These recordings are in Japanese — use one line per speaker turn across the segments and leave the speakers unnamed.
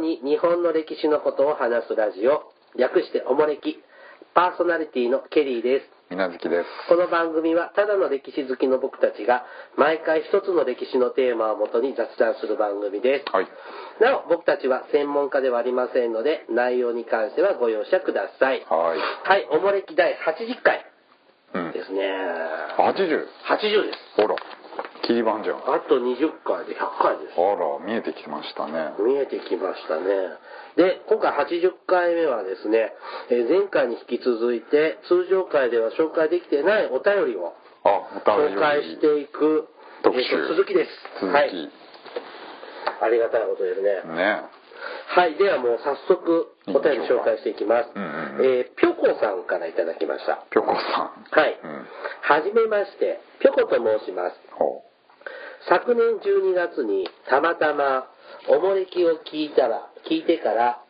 に日本の歴史のことを話すラジオ略しておもれきパーソナリティのケリーです
みなずきです。
この番組はただの歴史好きの僕たちが毎回一つの歴史のテーマをもとに雑談する番組です
はい。
なお僕たちは専門家ではありませんので内容に関してはご容赦ください
はい。
はいおもれき第80回
うん。
ですね
八十。
80です
ほら。切り板じゃん。あ
あと20回で100回です
ら、見えてきましたね。
見えてきましたね。で、今回80回目はですね、えー前回に引き続いて、通常回では紹介できてないお便りを
あ、お便り
紹介していく、
特
え
集
ーと続きです。
続き。
はい。ありがたいことですね。
ね。
はい。ではもう早速、お便り紹介していきます。
うんうんうん
えーぴょこさんからいただきました。
ぴょこさん。
はい。
うん。
はじめまして、ぴょこと申します。
ほ
昨年12月にたまたまおもれきを聞いたら聞いてから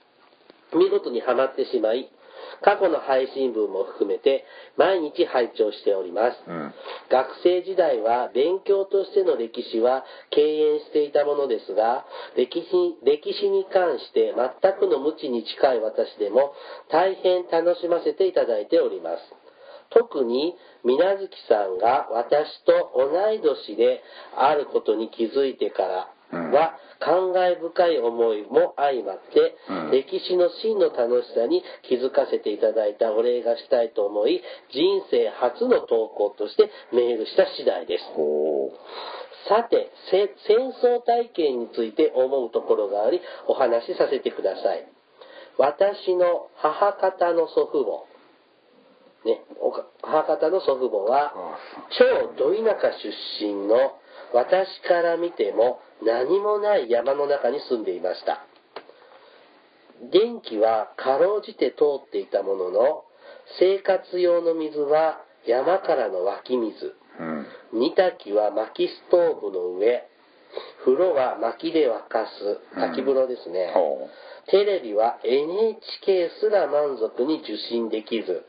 見事にはまってしまい過去の配信分も含めて毎日拝聴しております、
う。うん。
学生時代は勉強としての歴史は敬遠していたものですが歴史歴史に関して全くの無知に近い私でも大変楽しませていただいております特に水無月さんが私と同い年であることに気づいてからは感慨深い思いも相まって、
うん
歴史の真の楽しさに気づかせていただいたお礼がしたいと思い人生初の投稿としてメールした次第です
ほ
さてせ戦争体験について思うところがありお話しさせてください私の母方の祖父母ね、おか母方の祖父母
う。
は
母さん
超ど田舎出身の私から見ても何もない山の中に住んでいました電気はかろうじて通っていたものの生活用の水は山からの湧き水
うん。
煮炊きは薪ストーブの上風呂は薪で沸かす
うん
滝風呂ですね、
ほ
テレビは NHK すら満足に受信できず、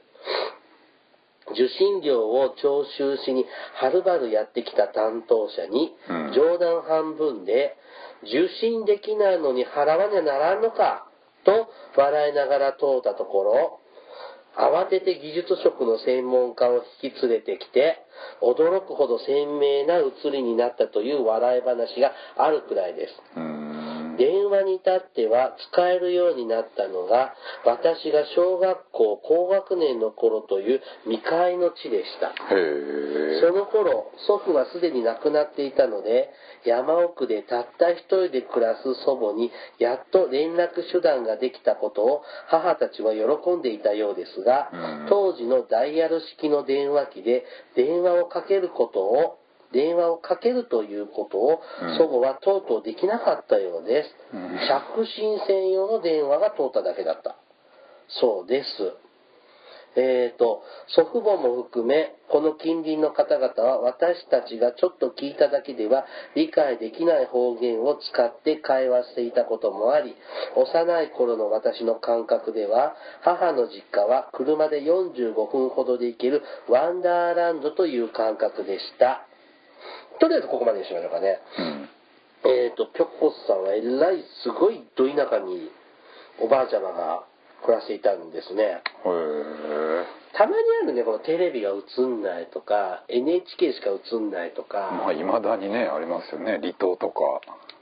受信料を徴収しにはるばるやってきた担当者に
うん、
冗談半分で、受信できないのに払わねならんのか、と笑いながら問うたところ、慌てて技術職の専門家を引き連れてきて、驚くほど鮮明な写りになったという笑い話があるくらいです。
う。うーん。
電話に至っては使えるようになったのが私が小学校高学年の頃という未開の地でした
へえ。
その頃祖父はすでに亡くなっていたので山奥でたった一人で暮らす祖母にやっと連絡手段ができたことを母たちは喜んでいたようですが
うん
当時のダイヤル式の電話機で電話をかけることを電話をかけるということを
うん
祖母はとうとうできなかったようです、
うん
着信専用の電話が通っただけだったそうですえー、と祖父母も含めこの近隣の方々は私たちがちょっと聞いただけでは理解できない方言を使って会話していたこともあり幼い頃の私の感覚では母の実家は車で45分ほどで行けるワンダーランドという感覚でしたとりあえずここまでにしましょうかね
うん。
えー、とぴょこさんはえらいすごいど田舎におばあちゃまが暮らしていたんですね
へえ。
たまにあるねこのテレビが映んないとか NHK しか映んないとか、
まあ、いまだにね、ありますよね。離島とか。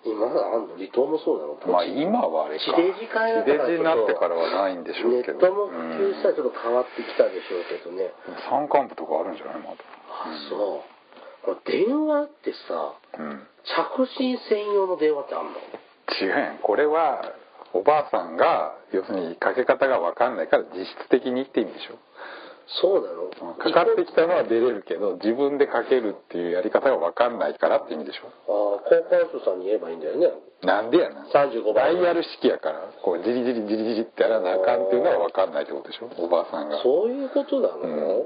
今あんの離島もそうなの、
まあ今はあれ
地
か
デジ化やから
地デジになってからはないんでしょうけど
ネットも普及したらちょっと変わってきたでしょうけどね、
山間部とかあるんじゃないまだ
あそうこれ電話ってさ
うん
着信専用の電話ってあんの
違うやんこれはおばあさんが要するにかけ方が分かんないから実質的にって意味でし
そうなの
ょかかってきたのは出れるけど自分でかけるっていうやり方が分かんないからって意味でしょ
ああ交換手さんに言えばいいんだよね
なんでやな
35
ダ
番
イヤル式やからこうじりじりじりじりってやらなあかんっていうのは分かんないってことでしょおばあさんが着
そういうことなの、
うん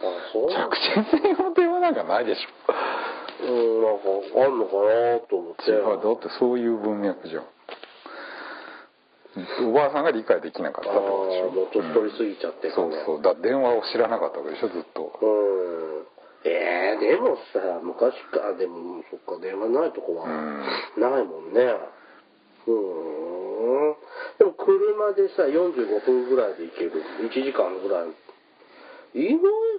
あそううんなんか
信専用の電話なんかないでしょ
あんのかなと思って
違うだってそういう文脈じゃんおばあさんが理解できなかった
あ
っ
あ
てことでしょ
もう年取り過ぎちゃってか
そ
な
うそうだ電話を知らなかったわけでしょずっと
うんえー、でもさ昔からでもそっか電話ないとこは
うん
ないもんねうん車でさ45分ぐらいで行ける1時間ぐらい意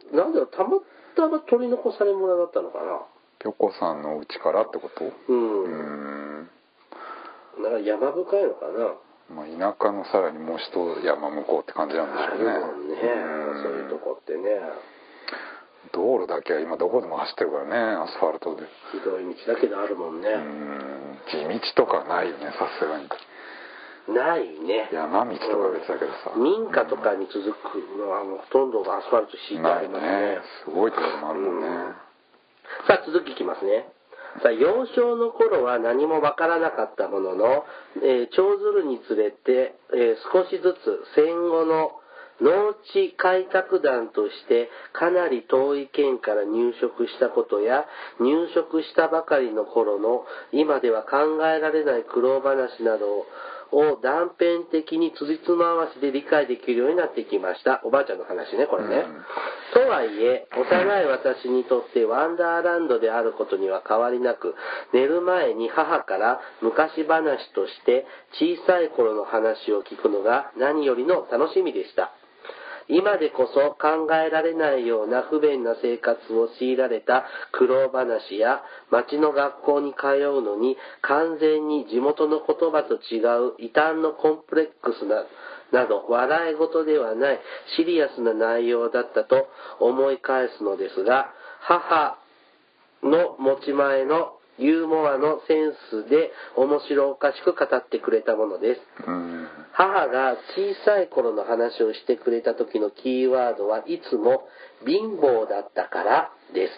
外なんだろうたまたま取り残され村だったのかな
ピョコさんのうちからってこと
う、
うんん
なんか山深いのかな
まあ田舎のさらにもう一山向こうって感じなんでし
あ
ょ
る
うね
もんね
ん
そういうとこってね
道路だけは今どこでも走ってるからねアスファルトで
ひどい道だけどあるもんね
う、ん地道とかないよねさすがに
ないね
山道とか別だけどさ
民家とかに続くのはあのほとんどがアスファルト敷いてあ
な
り
い
ますね
ねすごいところもあるもんね
さあ続きいきますねさあ幼少の頃は何もわからなかったものの、えー長ずるにつれて、えー少しずつ戦後の農地開拓団としてかなり遠い県から入植したことや入植したばかりの頃の今では考えられない苦労話などをを断片的につじつま合わせで理解できるようになってきました。おばあちゃんの話ね、これね。
うん
とはいえ、幼い私にとってワンダーランドであることには変わりなく、寝る前に母から昔話として小さい頃の話を聞くのが何よりの楽しみでした。今でこそ考えられないような不便な生活を強いられた苦労話や町の学校に通うのに完全に地元の言葉と違う異端のコンプレックスななど笑い事ではないシリアスな内容だったと思い返すのですが母の持ち前のユーモアのセンスで面白おかしく語ってくれたものです
うん
母が小さい頃の話をしてくれた時のキーワードはいつも貧乏だったからです。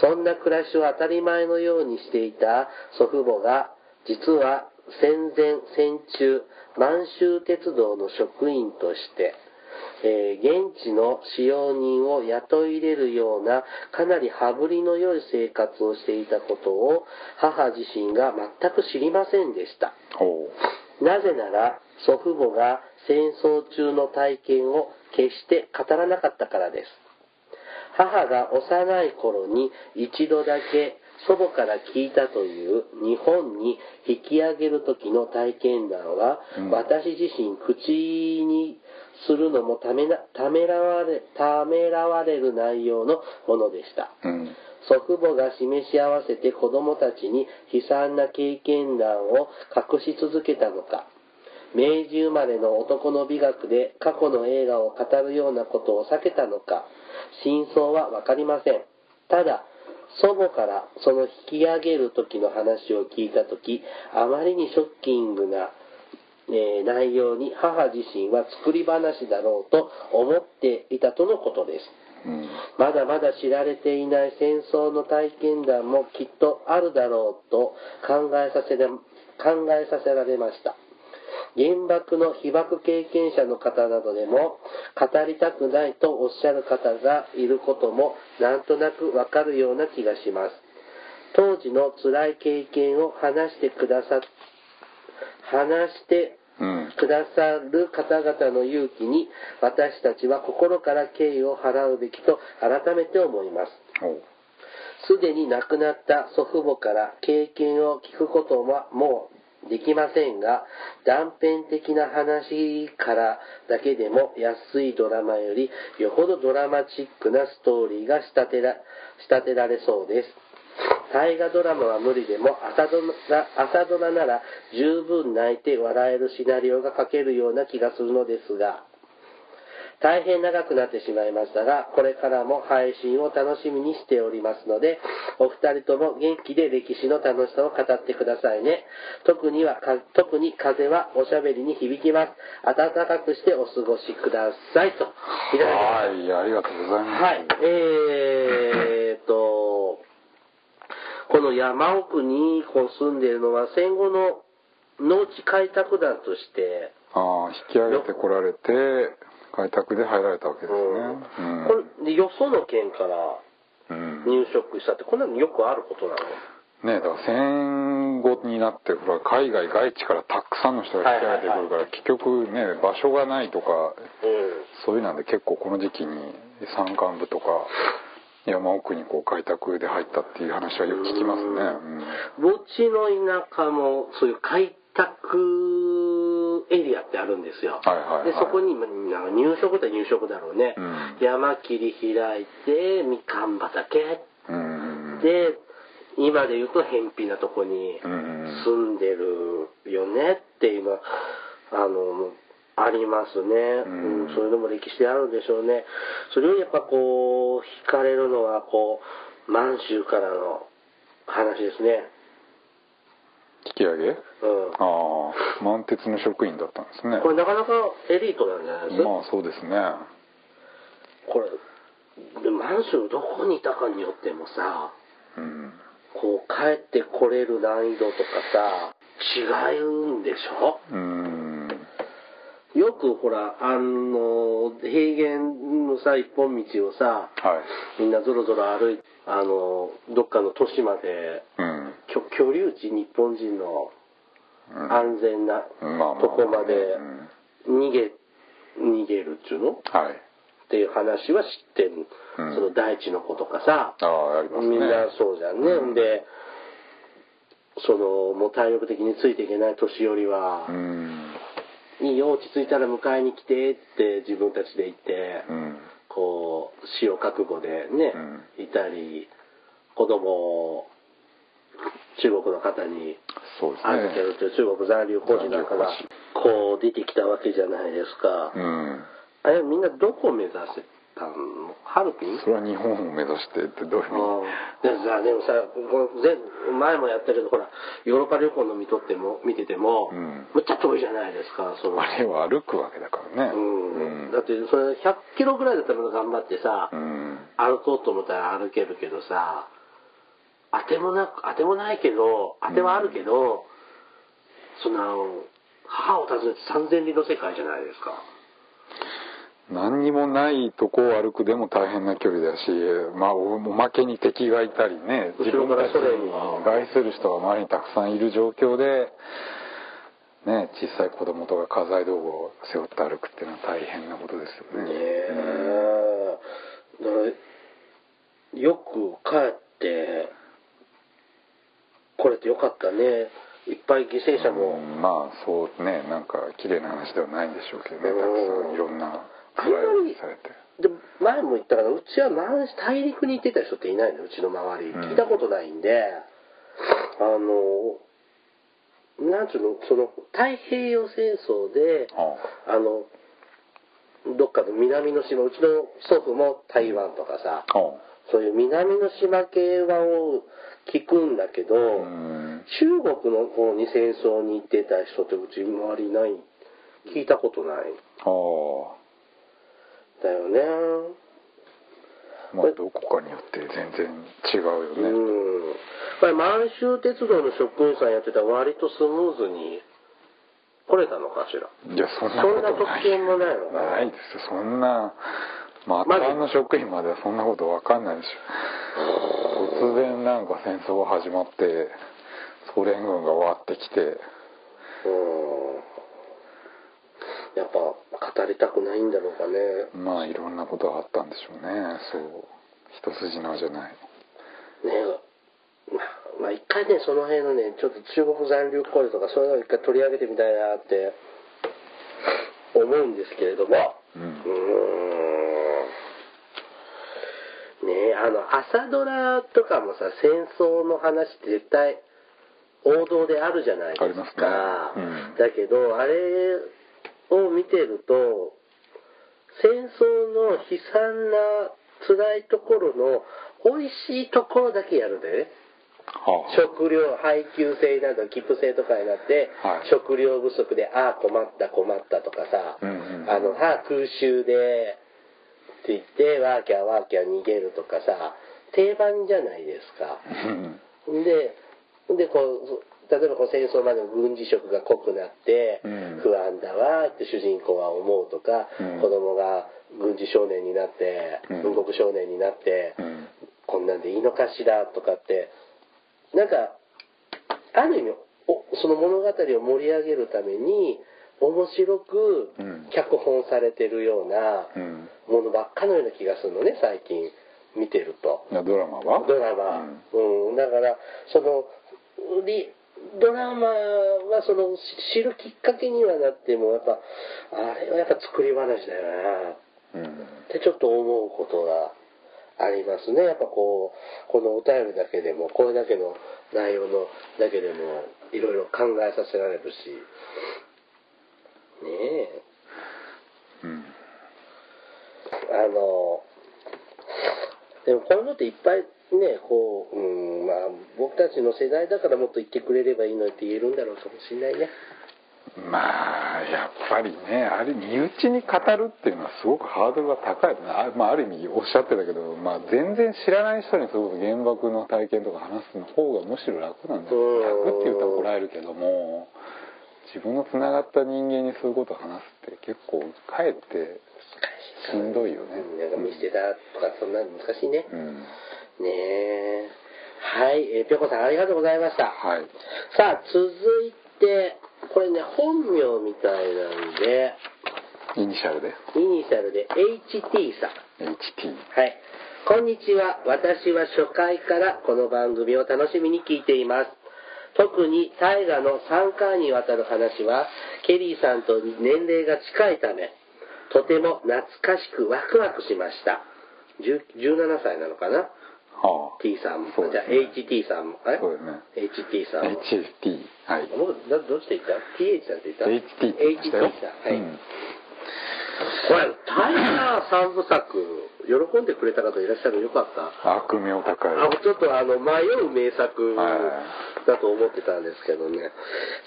そんな暮らしを当たり前のようにしていた祖父母が実は戦前戦中満州鉄道の職員として、えー現地の使用人を雇い入れるようなかなり羽振りの良い生活をしていたことを母自身が全く知りませんでした。
おう
なぜなら祖父母が戦争中の体験を決して語らなかったからです母が幼い頃に一度だけ祖母から聞いたという日本に引き上げる時の体験談は、
うん
私自身口にするのもためなためらわれためらわれる内容のものでした
うん
祖父母が示し合わせて子供たちに悲惨な経験談を隠し続けたのか明治生まれの男の美学で過去の映画を語るようなことを避けたのか真相は分かりませんただ祖母からその引き上げる時の話を聞いた時あまりにショッキングな、えー内容に母自身は作り話だろうと思っていたとのことです
うん
まだまだ知られていない戦争の体験談もきっとあるだろうと考えさせら考えさせられました。原爆の被爆経験者の方などでも語りたくないとおっしゃる方がいることもなんとなくわかるような気がします。当時の辛い経験を話してくださ、話して
うん
くださる方々の勇気に私たちは心から敬意を払うべきと改めて思います。
おう
すでに亡くなった祖父母から経験を聞くことはもうできませんが、断片的な話からだけでも安いドラマよりよほどドラマチックなストーリーが仕立てら仕立てられそうです。大河ドラマは無理でも朝ドラ朝ドラなら十分泣いて笑えるシナリオが書けるような気がするのですが、大変長くなってしまいましたが、これからも配信を楽しみにしておりますので、お二人とも元気で歴史の楽しさを語ってくださいね。特には、か特に風はおしゃべりに響きます。暖かくしてお過ごしください。と。いただきました
はいありがとうございます
はい、えーっと、この山奥にこう住んでいるのは戦後の農地開拓団として、
ああ引き上げてこられて開拓で入られたわけですね
う
う
ん
ん
これでよその県から
うん
入植したって、こんなのよくあることなの
ねえだから戦後になってほら海外外地からたくさんの人が引き上げてくるから、
はいはいは
結局ね場所がないとか
うん
そういうなんで結構この時期に山間部とか山奥にこう開拓で入ったっていう話はよく聞きますね、うん
うちの田舎もそういう開拓エリアってあるんですよ。
はいはいはい
で、そこに、なんか入植って入植だろうね。
うん
山切り開いて、みかん畑。
うん
で、今で言うと、偏僻なとこに
うん
住んでるよねっていうのは、あの、ありますね。
うん
うん、そういうのも歴史であるんでしょうね。それよりやっぱこう、惹かれるのは、こう、満州からの話ですね。
引き上げ
うん。
ああ満鉄の職員だったんですね
これなかなかエリートなんじゃないですか、
まあそうですね
これで満州どこにいたかによってもさ
うん
こう帰ってこれる難易度とかさ違うんでしょ
うん
よくほらあの平原のさ一本道をさ
はい
みんなぞろぞろ歩いてあのどっかの都市まで
うん
居居留地日本人の
うん
安全な
まあまあ
とこまで
うん
逃げ逃げるっちゅうの
はい
っていう話は知ってる、
うん
その大地の子とかさ
ああありますね
みんなそうじゃんね、ん、でそのもう体力的についていけない年寄りは
う、ん
いいよ落ち着いたら迎えに来てって自分たちで言って、
うん
こう死を覚悟でね、いたり子供を中国の方に
そうです
預け
ね
るという中国残留孤児だから
残留
こう出てきたわけじゃないですか、
うん
あれみんなどこを目指してたのハルピン
それは日本を目指してってどういう意
で
味
さでもさこの前前もやったけどほらヨーロッパ旅行の見とっても見てても、
うん
むっちゃ遠いじゃないですかその
あれは歩くわけだからね
うんだってそれ1 0 0キロぐらいだったら頑張ってさ、
うん
歩こうと思ったら歩けるけどさ当てもなく当てもないけど当てはあるけど、その母を訪ねて三千里の世界じゃないですか
何にもないとこを歩くでも大変な距離だし、まあ、おおまけに敵がいたりね
後ろから
自
ソ
分たち
連が
害する人が周りにたくさんいる状況で、ね、小さい子供とか家財道具を背負って歩くっていうのは大変なことですよ
ね
ね。
えだからよく帰ってこれってよかったねいっぱい犠牲者
う
も、
んまあそうねなんか綺麗な話ではないんでしょうけどねたくさんいろんな
あ
ト
んま
ライアル
り
されて。
で前も言ったからうちは満大陸に行ってた人っていないのうちの周り
うん
聞いたことないんで、あのなんちゅうのその太平洋戦争で
あ
あのどっかの南の島うちの祖父も台湾とかさ、
ああ
そういう南の島系はを聞くんだけど、
あうん
中国の方に戦争に行ってた人ってうち周りいない聞いたことないん
ああ
だよね
まあどこかによって全然違うよ
うん
ね。
やっぱり満州鉄道の職員さんやってたら割とスムーズに来れたのかし ら
いや、そんなことない。
そんな特権もないのか
ないですよ、そんな。まあ、
まず
あの職員まではそんなことわかんないでしょ。突然なんか戦争が始まって、ソ連軍が終わってきて、
うんやっぱ語りたくないんだろうかね
まあいろんなことがあったんでしょうね。そう。一筋縄じゃない。
ねまあまあ一回ねその辺のねちょっと中国残留行為とかそういうのを一回取り上げてみたいなって思うんですけれども
う
うー
ん。
んねえあの朝ドラとかもさ戦争の話って絶対王道であるじゃないですか
ありますねうん
だけどあれを見てると戦争の悲惨な辛いところの美味しいところだけやるでね
は
食料配給制など寄付制とかになって、
はい
食料不足でああ困った困ったとかさ、
うんうん
あのああ空襲でって言ってワーキャーワーキャー逃げるとかさ定番じゃないですか
あ。うん
ででこう例えばこう戦争までの軍事色が濃くなって
うん
不安だわって主人公は思うとか、
うん
子供が軍事少年になって、
うん
軍国少年になって、
うん。
こんなんでいいのかしらとかってなんかある意味おその物語を盛り上げるために面白く
うん
脚本されてるような
うん。
ものばっかのような気がするのね最近見てると
いやドラマは
ドラマ、うんだからそのリドラマはそのし知るきっかけにはなってもやっぱあれはやっぱ作り話だよなっ
うん
てちょっと思うことがありますねやっぱこうこのお便りだけでもこれだけの内容のだけでもいろいろ考えさせられるしねえ
うん
あのでもこういうのっていっぱいねこう、うんまあ、僕たちの世代だからもっと言ってくれればいいのにって言えるんだろうかもしれないね
まあやっぱりねあれ身内に語るっていうのはすごくハードルが高いよねあ,、まあ、ある意味おっしゃってたけど、まあ、全然知らない人にそういう原爆の体験とか話すの方がむしろ楽なんじゃ
うん
ない楽って言うと怒られるけども自分のつながった人間にそういうことを話すって結構かえってしんどいよね
うんなんか見捨てたとかそんなの難しいね
うん
ねえはいえーぴょこさんありがとうございました
はい
さあ続いてこれね本名みたいなんで
イニシャルで
イニシャルで HT さん
HT
はい。こんにちは。私は初回からこの番組を楽しみに聞いています。特に大河の3回にわたる話は、ケリーさんと年齢が近いため、とても懐かしくワクワクしました。10 17歳なのかな
は
?T さんも。
そう
じゃ
で
あ
すね
HT さんも。あれ
そうですね
?HT さんも。
HT はい
僕どどっちで言った ?TH さんって言った
HT って言いましたよ
HT さん。はい。
うん
これ、タイガー三部作、喜んでくれた方いらっしゃるのよかった。
悪名高い
あちょっとあの迷う名作
は
だと思ってたんですけどね。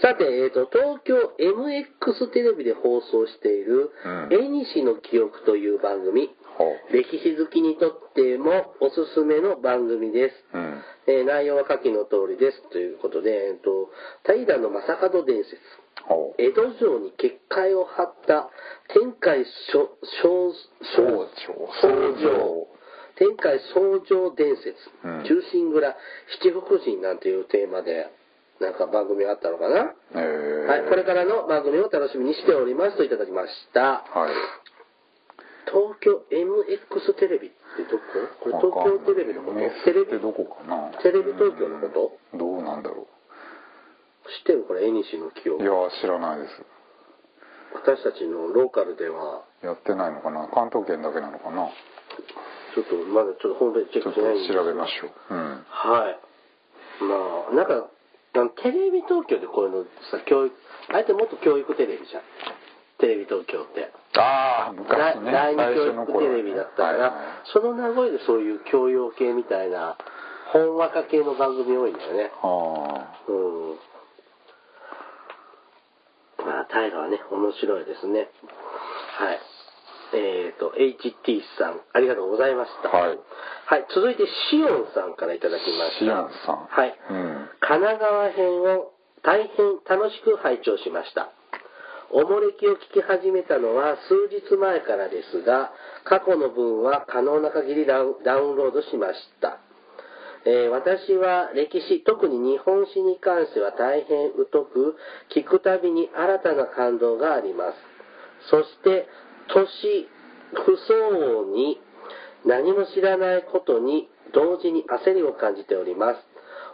さて、えー、と東京 MX テレビで放送している
うん
「えにしの記憶」という番組、
ほう
歴史好きにとってもおすすめの番組です。
うん
えー内容は下記の通りですということで、えー、と平の正門伝説
ほう
江戸城に結界を張った天海小小小
総総
城天海創城伝説、
うん
忠臣蔵七福神なんていうテーマでなんか番組あったのかな、
えー、
はい、これからの番組を楽しみにしておりますといただきました
はい
東京 MX テレビってどここれ東京テレビのこと
わかんない
テレビ
MS ってどこかな
テレビ東京のこと
うんどうなんだろ
知ってるこれ江西の記
ういや
憶
知らないです
私たちのローカルでは
やってないのかな関東圏だけなのかな
ちょっとまだちょっとホームページチェ
ち
ッ
ょ
クして
っと
ないんですけど
調べましょううん
はい。まあ、なんか、なんかテレビ東京でこういうのさ、教育、あえてもっと教育テレビじゃん。テレビ東京って。
ああ昔ね
第
最
第二教
初
育
の
テ
頃
レビだったから、
はいはい
その名残でそういう教養系みたいな、ほんわか系の番組多いんだよね。
あ
うん。まあ、大河はね、面白いですね。はい。えっ、ー、と、HT さん、ありがとうございました。
はい
はい、続いて、シオンさんからいただきました。
シオンさん
はい。
うん
神奈川編を大変楽しく拝聴しました。おもれきを聞き始めたのは数日前からですが、過去の分は可能な限りダウンダウンロードしました。えー私は歴史、特に日本史に関しては大変疎く、聞くたびに新たな感動があります。そして、年不相応に何も知らないことに同時に焦りを感じております。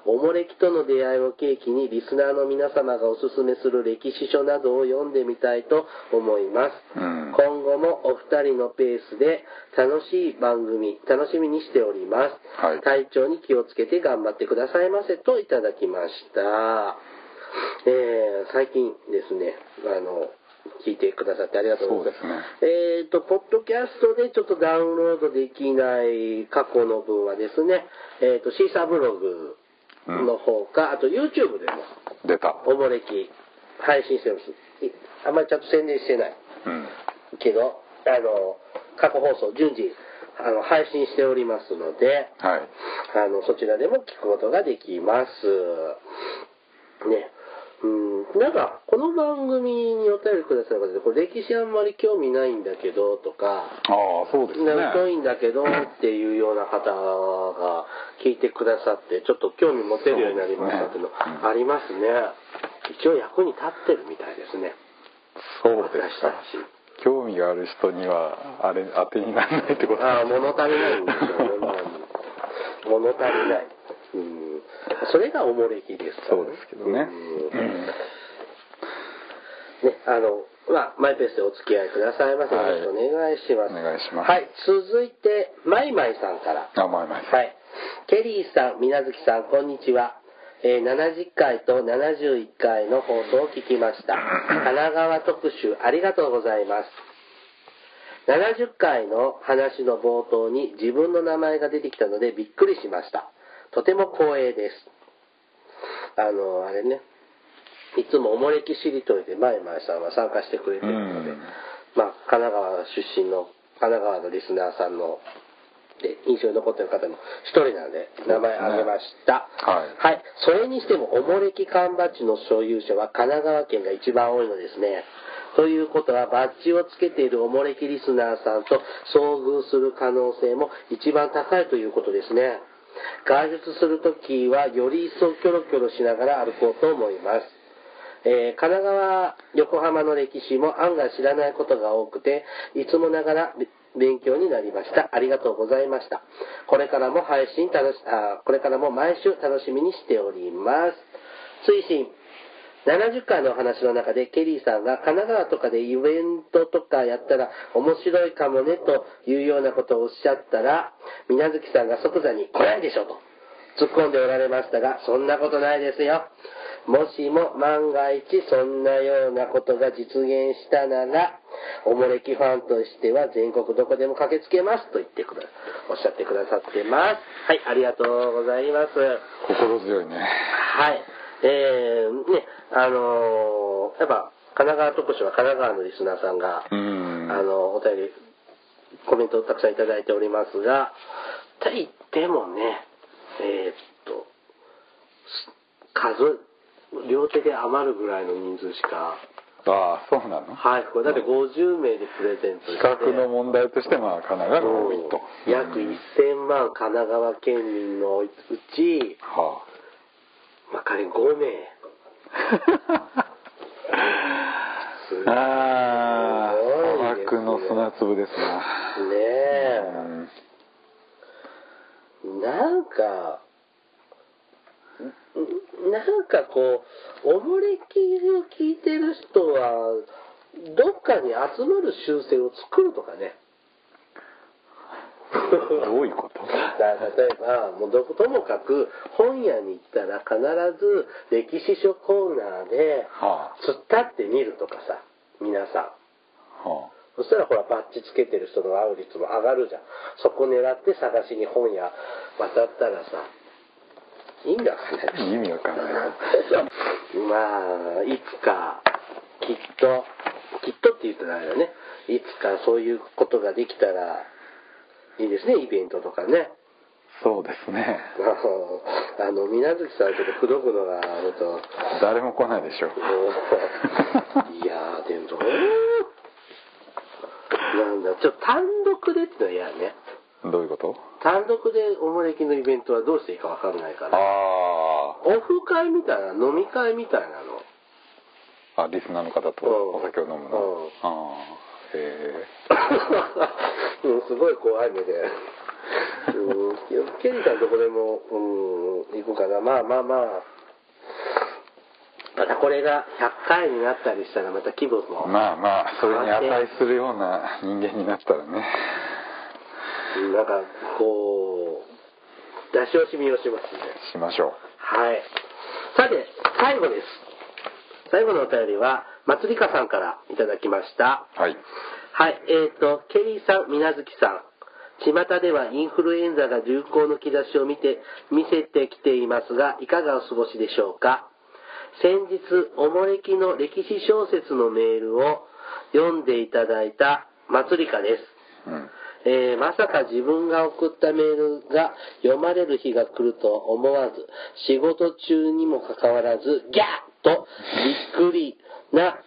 おもれきとの出会いを契機にリスナーの皆様がおすすめする歴史書などを読んでみたいと思います。
うん
今後もお二人のペースで楽しい番組、楽しみにしております。
はい
体調に気をつけて頑張ってくださいませといただきました。えー最近ですね、あの、聞いてくださってありがとうございます。
そうで
えっ、と、ポッドキャストでちょっとダウンロードできない過去の分はですね、えっ、と、シーサーブログの方か、あと YouTube でも、
出た
おもれき配信してます。いあんまりちゃんと宣伝してない。
うん
けど、あの、過去放送順次、あの、配信しておりますので、
はい
あの、そちらでも聞くことができます。ね。うん、なんか、この番組にお便りくださる方で、これ歴史あんまり興味ないんだけど、とか、
ああそうですね
疎いんだけどっていうような方が聞いてくださって、ちょっと興味持てるようになりましたっていうの
そうですねうん
ありますね。一応役に立ってるみたいですね。
そうで
私
した
たち
興味がある人にはあれ当てにならないってこと。
ああ、物足りないんですよねまあ物足りない。うん。それがおもれきですから、
そうですけどね、
うん
うん
ね、あの、まあ、マイペースでお付き合いくださいませ。よ
はい
ろしくお願いします。
お願いします
はい、続いて、マイマイさんから。
あまあまあ
はい。ケリーさん、水なずきさん、こんにちは。えー70回と71回の放送を聞きました。神奈川特集、ありがとうございます。70回の話の冒頭に自分の名前が出てきたのでびっくりしました。とても光栄です。あの、あれね、いつもおもれきしりとりで、まいまいさんは参加してくれてるので、
うん
まあ、神奈川出身の、神奈川のリスナーさんの、で、印象に残ってる方の一人なんで、名前挙げました。
はい
はい。それにしても、おもれき缶バッジの所有者は神奈川県が一番多いのですね。ということは、バッジをつけているおもれきリスナーさんと遭遇する可能性も一番高いということですね。外出するときは、より一層キョロキョロしながら歩こうと思います。えー神奈川、横浜の歴史も案外知らないことが多くて、いつもながらべ勉強になりました。ありがとうございました。これからも配信楽し、あーこれからも毎週楽しみにしております。推進。70回のお話の中でケリーさんが神奈川とかでイベントとかやったら面白いかもねというようなことをおっしゃったら、水月さんが即座に来ないでしょうと。突っ込んでおられましたが、そんなことないですよ。もしも万が一そんなようなことが実現したなら、おもれきファンとしては全国どこでも駆けつけますと言ってくだ、おっしゃってくださってます。はい、ありがとうございます。
心強いね
はい。えー、ね、あのーやっぱ、神奈川特集は神奈川のリスナーさんが、
うん
あの、お便り、コメントをたくさんいただいておりますが、と言ってもね、えーっと、数、両手で余るぐらいの人数しか、
ああそうなの
はい、これだって50名でプレゼントして、
比較の問題としてまあ神奈川が多いと
うん約
うん
1000万神奈川県民のうち、
は
まあ、仮に5名。す
ああ
ご
あ
いで
砂
すね
漠の砂粒ですな
ねえ、なんか、んなんかこう、おもれきを聞いてる人は、どっかに集まる習性を作るとかね。
うんどういう こと
だから例えば、もうどこともかく、本屋に行ったら必ず歴史書コーナーで、
は
突っ立ってみるとかさ、皆さん。
あは
そしたらほらバッチつけてる人の会う率も上がるじゃんそこ狙って探しに本屋渡ったらさ意味わかんない
あ意味わかんないな
まあいつかきっときっとって言ったらあれだねいつかそういうことができたらいいですねイベントとかね
そうですね
あのあの水無月さんちょっと口説くのがあると
誰も来ないでしょう
いやーでもどうなんだちょっと単独でってのは嫌ね
どういうこと
単独でおもれきのイベントはどうしていいかわかんないから
あ
オフ会みたいな飲み会みたいなの
ああリスナーの方と
うん
お酒を飲む
うん
のああへ
うんすごい怖い目で。うん、ケリーさんどこでも、うん、行くかな。まあまあまあ。またこれが100回になったりしたらまた規模
え
も。
まあまあそれに値するような人間になったらね
なんか、こう、出し惜しみをしますね。
しましょう
はい。さて、最後です。最後のお便りは、まつりかさんからいただきました。
はい
はい、えー、と、ケリーさん、みなずきさん。巷ではインフルエンザが流行の兆しを見て、見せてきていますが、いかがお過ごしでしょうか先日、おもれきの歴史小説のメールを読んでいただいたまつりかです。
うん
えーまさか自分が送ったメールが読まれる日が来ると思わず、仕事中にもかかわらず、ギャッとびっくりな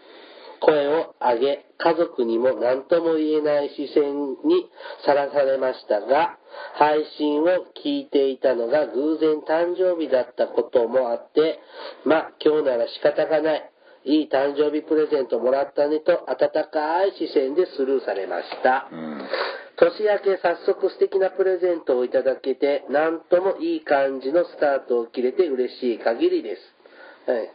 声を上げ、家族にも何とも言えない視線にさらされましたが、配信を聞いていたのが偶然誕生日だったこともあって、まあ今日なら仕方がない。いい誕生日プレゼントもらったねと温かい視線でスルーされました。
うん
年年明け早速素敵なプレゼントをいただけて、なんともいい感じのスタートを切れて嬉しい限りです。はい、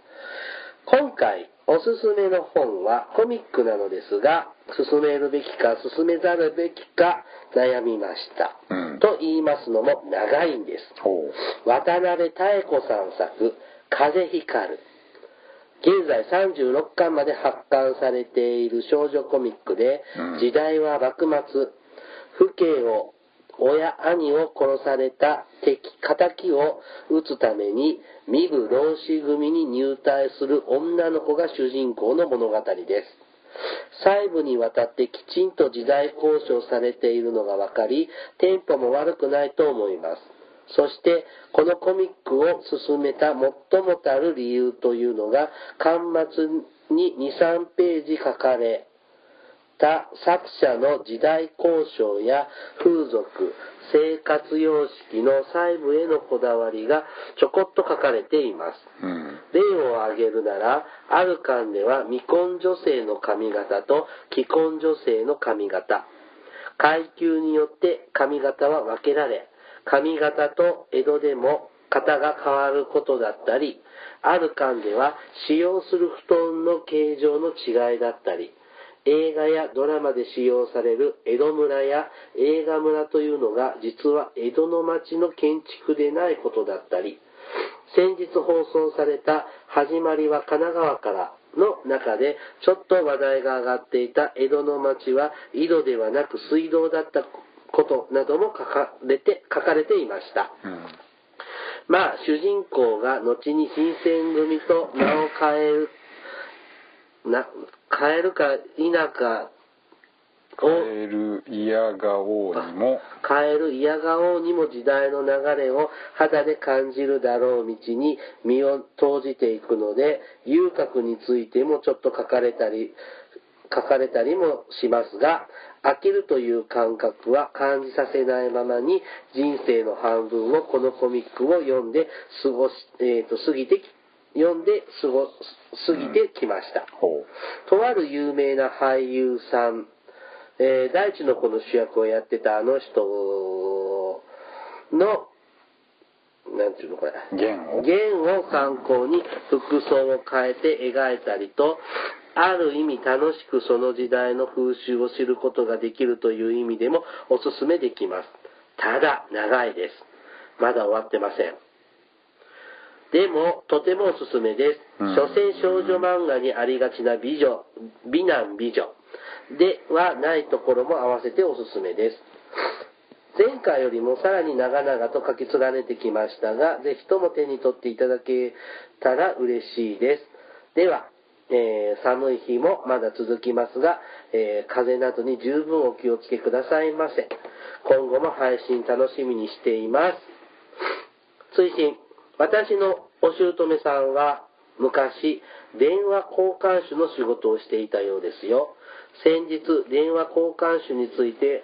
今回、おすすめの本はコミックなのですが、進めるべきか進めざるべきか悩みました。
うん
と言いますのも長いんです。
ほう
渡辺妙子さん作「風光る」現在36巻まで発刊されている少女コミックで、
うん
時代は幕末父兄を親兄を殺された敵敵を討つために身分老子組に入隊する女の子が主人公の物語です細部にわたってきちんと時代交渉されているのが分かりテンポも悪くないと思いますそしてこのコミックを進めた最もたる理由というのが巻末に23ページ書かれた作者の時代交渉や風俗生活様式の細部へのこだわりがちょこっと書かれています
うん
例を挙げるならある巻では未婚女性の髪型と既婚女性の髪型階級によって髪型は分けられ髪型と江戸でも型が変わることだったりある巻では使用する布団の形状の違いだったり映画やドラマで使用される江戸村や映画村というのが実は江戸の町の建築でないことだったり先日放送された「始まりは神奈川から」の中でちょっと話題が上がっていた江戸の町は井戸ではなく水道だったことなども書かれて書かれていました
うん
まあ主人公が後に新選組と名を変えるな変えるか否か
カ
を
エルイヤガオウにも
カエル嫌顔にも時代の流れを肌で感じるだろう道に身を投じていくので遊郭についてもちょっと書かれたり書かれたりもしますが飽きるという感覚は感じさせないままに人生の半分をこのコミックを読んで過ごし、えー、と過ぎてき読んで過ご過ぎてきました。
ほ
とある有名な俳優さん、えー大地の子の主役をやってたあの人の、なんていうのこれ、
う弦を
弦を参考に服装を変えて描いたりと、ある意味楽しくその時代の風習を知ることができるという意味でもおすすめできます。ただ、長いです。まだ終わってません。でも、とてもおすすめです。
うん
所詮少女漫画にありがちな美女、美男美女ではないところも合わせておすすめです。前回よりもさらに長々と書き連ねてきましたが、ぜひとも手に取っていただけたら嬉しいです。では、えー寒い日もまだ続きますが、えー風邪などに十分お気をつけくださいませ。今後も配信楽しみにしています。推進、私のお姑さんは昔、電話交換手の仕事をしていたようですよ。先日、電話交換手について、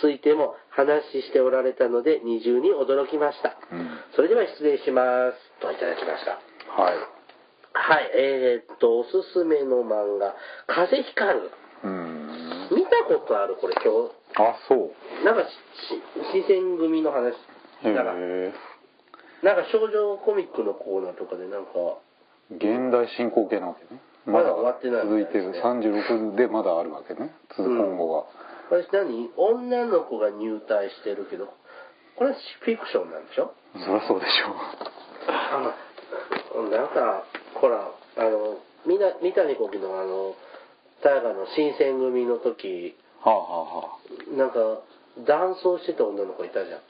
ついても話しておられたので二重に驚きました。
うん
それでは失礼します。といただきました。
はい
はい、えー、っと、おすすめの漫画、風光る。
うん
見たことある、これ今
あそう
日。なんかし、し視線組の話。
へ
なんか、
え
なんか少女コミックのコーナーとかでなんか、
現代進行形なわけね
まだ終わってない
続
み
い
たい
て
です
る
ね
36でまだあるわけね続
うん
く今後は、
私何女の子が入隊してるけど、これフィクションなんでしょ
そりゃそうでし
あなんか、ほら、あの、みな、三谷幸喜のあの、大河の新選組の時、
ょうはあはあはあ
なんか、男装してた女の子いたじゃん。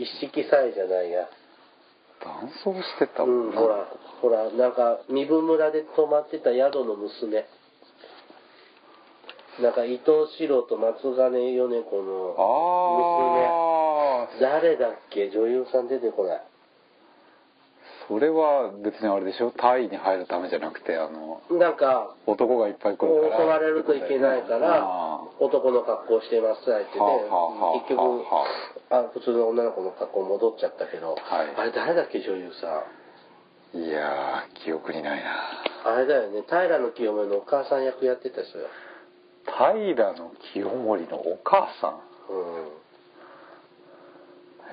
一色祭じゃないや。
断層してたも
うん、
んな
ほら、ほら、なんか、身分村で泊まってた宿の娘。なんか、伊藤四郎と松金米子の、
ああ
誰だっけ女優さん出てこない。
それは別にあれでしょタイに入るためじゃなくてあの
なんか、
男がいっぱい来
襲
るから
われるといけないから
あ
男の格好をしてますって言ってて
はあはあはあ
結局あ普通の女の子の格好戻っちゃったけど、
はい
あれ誰だっけ女優さん
ーいやー記憶にないな
あれだよね平清盛のお母さん役やってた人よ、
平清盛のお母さ
う
ん
ん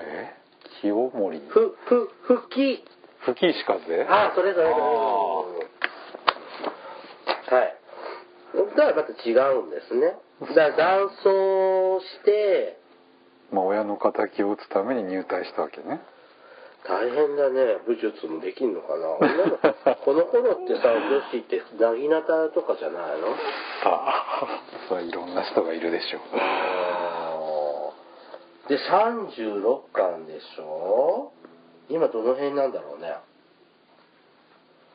え清盛
ふ、ふ、ふき。
吹石風
ああ、それそれそれ。うん
あ
はい。だからまた違うんですね。だから断層して、
ーまあ親の敵を討つために入隊したわけね
大変だね。武術もできんのかな。女の子この頃って さ、女子って、なぎなたとかじゃないの
さ あそれはいろんな人がいるでしょう
で、36巻でしょ今どの辺なんだろうね。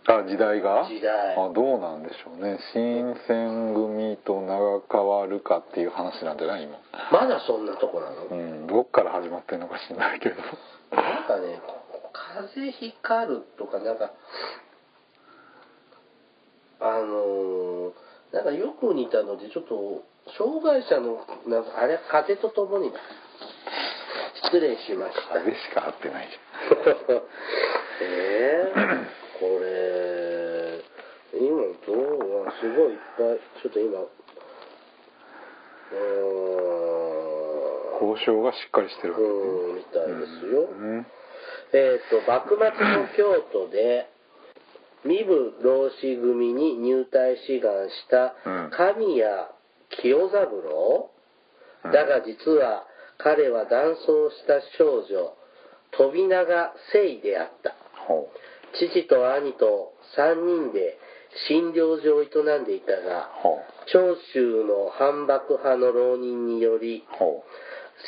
あ時代が
時代
あどうなんでしょうね新選組と長川るかっていう話なんじゃない今
まだそんなとこなの
うんどっから始まってるのか知んないけど
なんかね、風光るとか、なんか、あのーなんかよく似たので、ちょっと、障害者の、なんかあれ、風とともに、失礼しま した。
風しか合ってないじ
えー、これ、今どうすごいいっぱい、ちょっと今、う
ゃん
ーん、
交渉がしっかりしてるわけね
うん、みたいですよ。
うん
えー、と幕末の京都で身分老子組に入隊志願した
うん
神谷清三郎、
うん
だが実は彼は男装した少女飛長聖であった
ほ
父と兄と3人で診療所を営んでいたが
うほ
長州の反幕派の浪人により
うほ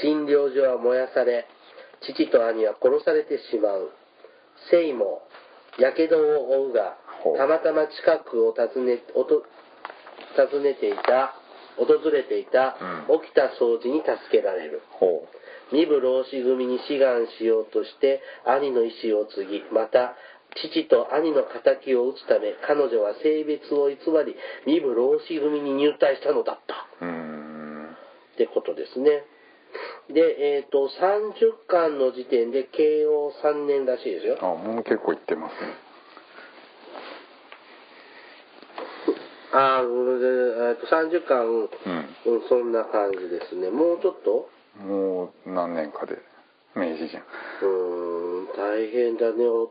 診療所は燃やされ父と兄は殺されてしまう聖もやけどを負うが
ほう
たまたま近くを訪ねおと訪ねていた訪れていた
うん
沖田総司に助けられる
うほ
身分老子組に志願しようとして兄の意思を継ぎまた父と兄の敵を討つため彼女は性別を偽り身分老子組に入隊したのだった
ううーん
ってことですね。で、えっ、と、30巻の時点で慶応3年らしいですよ
あ。もう結構いってますね
あーうんでえーと30巻、うん
うん
そんな感じですね。もうちょっと
もう何年かで明 治じゃん
うーん、大変だね。お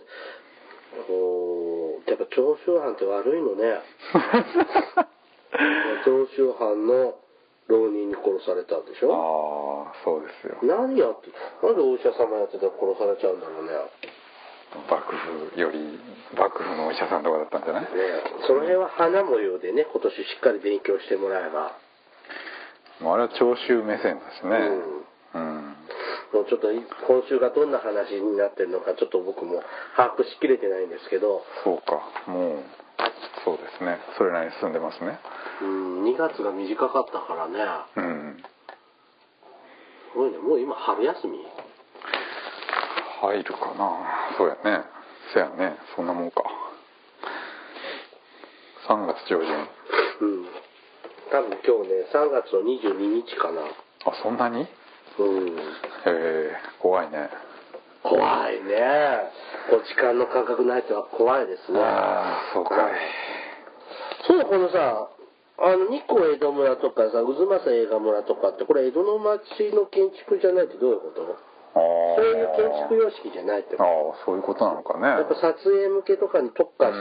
こうやっぱ長州藩って悪いのね。長州藩の浪人に殺されたんでしょ
ああそうですよ
何やって、なんでお医者様やってたら殺されちゃうんだろうね。
幕府より幕府のお医者さんとかだったんじゃない
ねその辺は花模様でね、今年しっかり勉強してもらえば。
まああれは長州目線だしねうん、
もうちょっと今週がどんな話になってるのかちょっと僕も把握しきれてないんですけど、
そうかもうそうですねそれなりに進んでますね
うん、2月が短かったからね、
うん
すごいね、もう今春休み
入るかなそうやねそやねそんなもんか3月上旬
うん。多分今日ね、3月の22日かな。
あそんなにへ
うん。
え怖いね
怖いね。こう時間の感覚ないとは怖いですね。
ああそうかい
そう、このさ、あの、日光江戸村とかさ、渦政映画村とかって、これ江戸の町の建築じゃないってどういうこと
ああ
そういう建築様式じゃないってこと
ああそういうことなのかね
やっぱ撮影向けとかに特化したって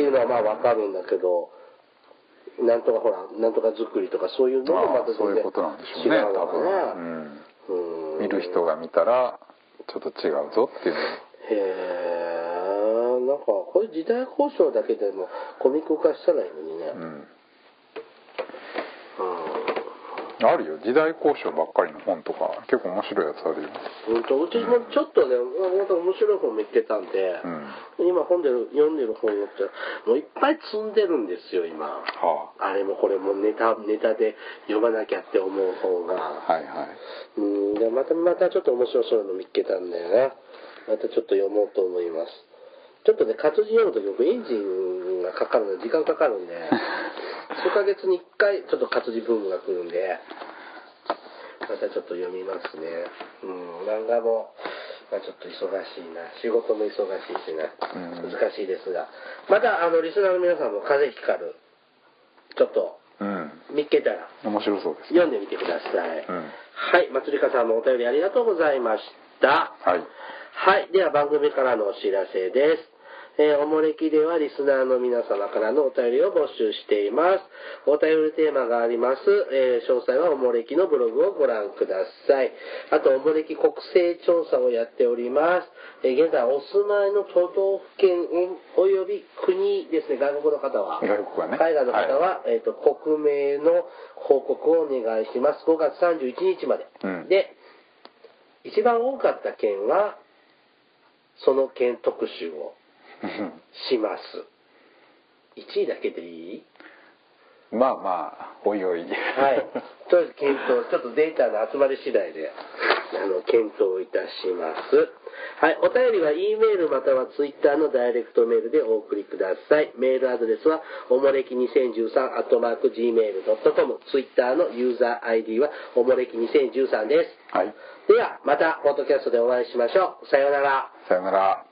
いうのはまあわかるんだけど、なんとかほら、なんとか作りとかそういうのもま
まあ
た全然
そういうことなんでしょうね
違うの
多
かな。
分、うん、
うん
見る人が見たらちょっと違うぞっていう
へえ、なんかこういう時代交渉だけでもコミック化したらいいのにね。
の、うん、
う
あるよ時代交渉ばっかりの本とか結構面白いやつあるよ、
ん。本当うちもちょっとね、本当面白い本見つけたんで、
うん
今本で読んでる本をって、もういっぱい積んでるんですよ、今。
は
あれもこれもネタ、ネタで読まなきゃって思う方
あ、
が。
はいはい
うん、でまた、またちょっと面白そうなの見っけたんだよな。またちょっと読もうと思います。ちょっとね、活字読むとき僕エンジンがかかるので、時間かかるん で、数ヶ月に1回ちょっと活字ブームが来るんで、またちょっと読みますね。うん、漫画も、まあ、ちょっと忙しいな。仕事も忙しいしな。
うん
難しいですが。また、あの、リスナーの皆さんも風邪ひかる。ちょっと、
うん
見つけたら
面白そうですね
読んでみてください、
うん
はいまつりかさんもお便りありがとうございました
はい
はい。では番組からのお知らせです。えーおもれきではリスナーの皆様からのお便りを募集しています。お便りテーマがあります。えー詳細はおもれきのブログをご覧ください。あと、おもれき国勢調査をやっております。えー現在お住まいの都道府県および国ですね、外国の方は。
外国はね
海外の方は、えっ、と、国名の報告をお願いします。5月31日まで。
うん
で、一番多かった県は、その県特集をします。1位だけでいい
まあまあおいおいはい
はい。とりあえず検討、ちょっとデータの集まり次第で、あの、検討いたします。はい。お便りは E メールまたは Twitter のダイレクトメールでお送りください。メールアドレスは、おもれき2013、アットマーク Gmail.com。Twitter のユーザー ID は、おもれき2013です。
はい
では、また、ポッドキャストでお会いしましょう。さようなら。
さよなら